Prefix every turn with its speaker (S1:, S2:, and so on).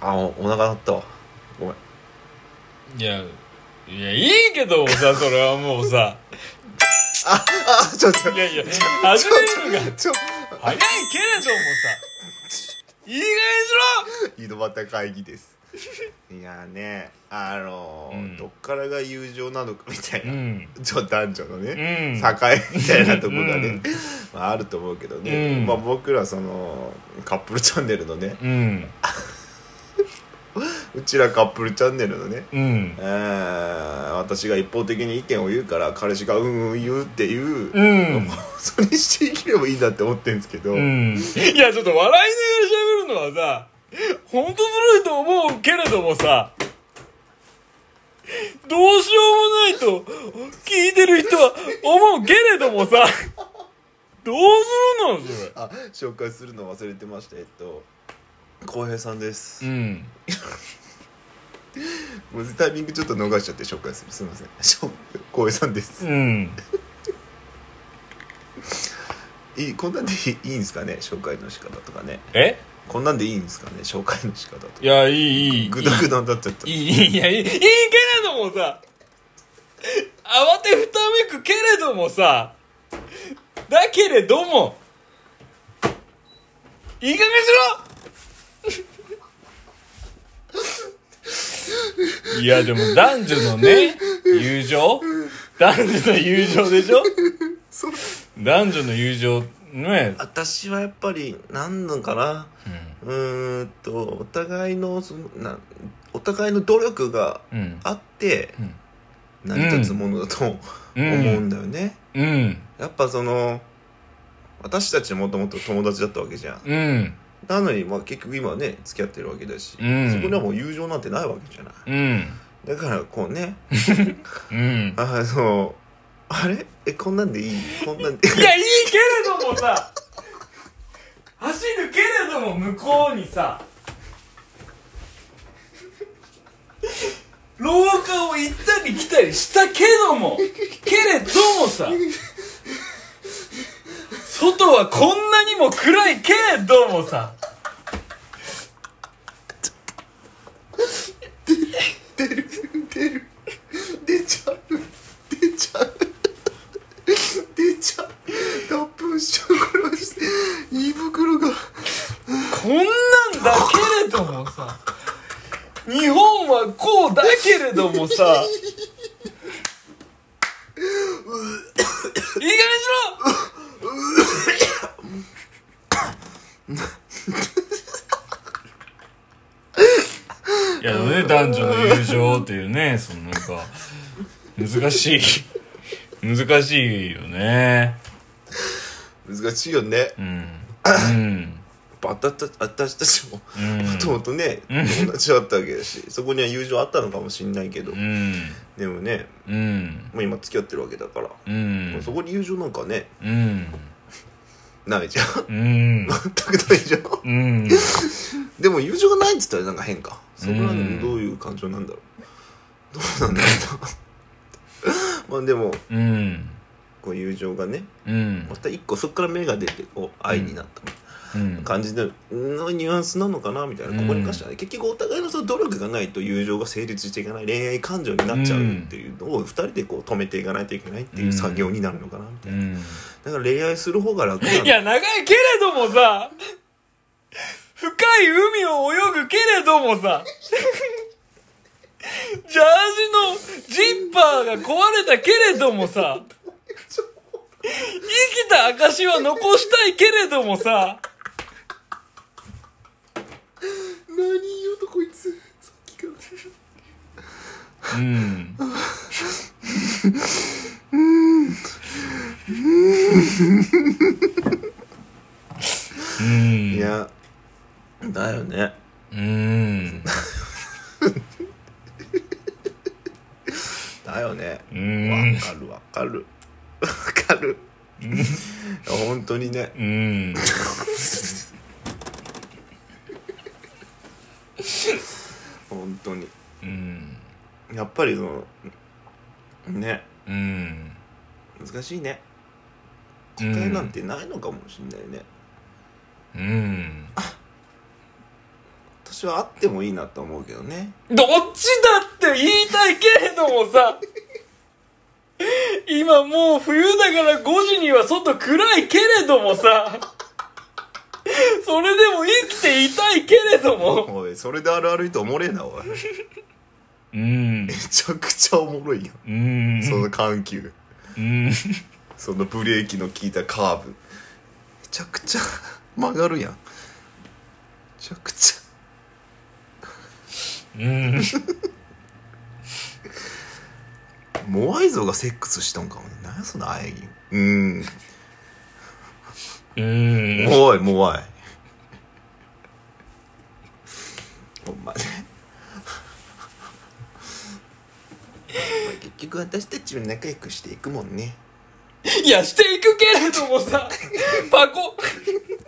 S1: あおお腹鳴ったわごめん
S2: いやいやいいけどさそれはもうさ
S1: ああちょっと
S2: いやいや始めるのが
S1: ちょ
S2: 早いけれどもさいい加減にし
S1: 井戸端会議です いやねあのー
S2: うん
S1: どっからが友情なのかみたい
S2: ろう
S1: な、
S2: ん
S1: ちょ男女のね、
S2: うん
S1: 境みたいなとこがね、
S2: うん
S1: まあ、あると思うけどね、
S2: うん
S1: まあ、僕らそのカップルチャンネルのね
S2: うん
S1: うちらカップルチャンネルのね、
S2: うん
S1: えー私が一方的に意見を言うから彼氏がうんうん言うっていう、
S2: うん
S1: それにしていければいいなって思ってるんですけど、
S2: うんいやちょっと笑いながら喋るのはさ本当ずるいと思うけれどもさどうしようもないと聞いてる人は思うけれどもさどうするのそれ
S1: あ紹介するの忘れてましたえっと浩平さんです、
S2: ん
S1: もうタイミングちょっと逃しちゃって紹介するすいませんしょ浩平さんです、
S2: うん
S1: いいこんなんでいいいいんですかね紹介の仕方とかね
S2: え
S1: こんなんでいいんですかね紹介の仕方とか
S2: いやいいいい
S1: グダグダになっちゃった
S2: いいいやいいいいけれどもさ慌てふためくけれどもさだけれどもいい加減しろいやでも男女のね友情男女の友情でしょ
S1: そう
S2: 男女の友情ね
S1: 私はやっぱり何なのかなうーんとお互いのそのなお互いの努力が
S2: うん
S1: あって
S2: うん
S1: 成り立つものだと思う
S2: う
S1: ん
S2: ん
S1: だよね、
S2: うん
S1: やっぱその私たちもともと友達だったわけじゃん
S2: うん
S1: なのにまあ結局今はね付き合ってるわけだし、
S2: うん
S1: そこにはもう友情なんてないわけじゃない
S2: うん
S1: だからこうね
S2: うん
S1: あのあれえこんなんでいいこんなんで
S2: いや、いいけれどもさ、走るけれども向こうにさ、廊下を行ったり来たりしたけども、けれどもさ、外はこんなにも暗いけれどもさ、
S1: 出る出ちゃう出ちゃう 出ちゃう脱粉症殺して胃袋が
S2: こんなんだけれどもさ、日本はこうだけれどもさ、いい加減にしろいやね男女の友情っていうねそのなんか難しい難しいよね
S1: 難しいよね
S2: うんうん
S1: やっぱ私た私たちも
S2: うん
S1: もともとね友達だったわけだしそこには友情あったのかもしんないけど
S2: うん
S1: でもね
S2: うん
S1: もう今付き合ってるわけだから、
S2: うん
S1: そこに友情なんかね
S2: うん
S1: ないじゃん
S2: う
S1: 全
S2: ん
S1: くないじゃん
S2: うん
S1: でも友情がないっつったらなんか変かそこは
S2: うん
S1: どういう感情なんだろう、どうなんだろ うなまあでも
S2: うん
S1: こう友情がね
S2: うん
S1: また一個そこから芽が出てこう愛になったみたいな感じののニュアンスなのかなみたいなここに関してはね結局お互いのその努力がないと友情が成立していかない恋愛感情になっちゃうっていうのを二人でこう止めていかないといけないっていう作業になるのかなみた
S2: う
S1: いなんだから恋愛する方が楽なん
S2: いや長いけれどもさ深い海を泳ぐけれどもさジャージのジッパーが壊れたけれどもさ生きた証は残したいけれどもさ
S1: 何言うとこいつさっきから
S2: うんうん
S1: いやだよね
S2: うん
S1: だよね
S2: う
S1: わ
S2: ん
S1: かるわかるわかるいや本当にね
S2: うん
S1: 本当に
S2: うん
S1: やっぱりそのね
S2: うん
S1: 難しいね
S2: う
S1: 答
S2: ん
S1: えなんてないのかもしんないね、
S2: うん
S1: 私私はあってもいいなと思うけどね
S3: どっちだって言いたいけれどもさ、今もう冬だから5時には外暗いけれどもさ、それでも生きていたいけれども。
S1: おいそれであるあるいとおもれえなおいめ
S3: うん。
S1: ちゃくちゃおもろいやん
S3: うん。
S1: その緩急
S3: うん。
S1: そのブレーキの効いたカーブめちゃくちゃ 曲がるやんめちゃくち
S3: うん。
S1: ゃモアイ像がセックスしたんかもね何やその喘ぎうん
S3: うん。
S1: おいモアイほんまね まあ結局私たちは仲良くしていくもんね
S3: いや、していくけれどもさ、パコ、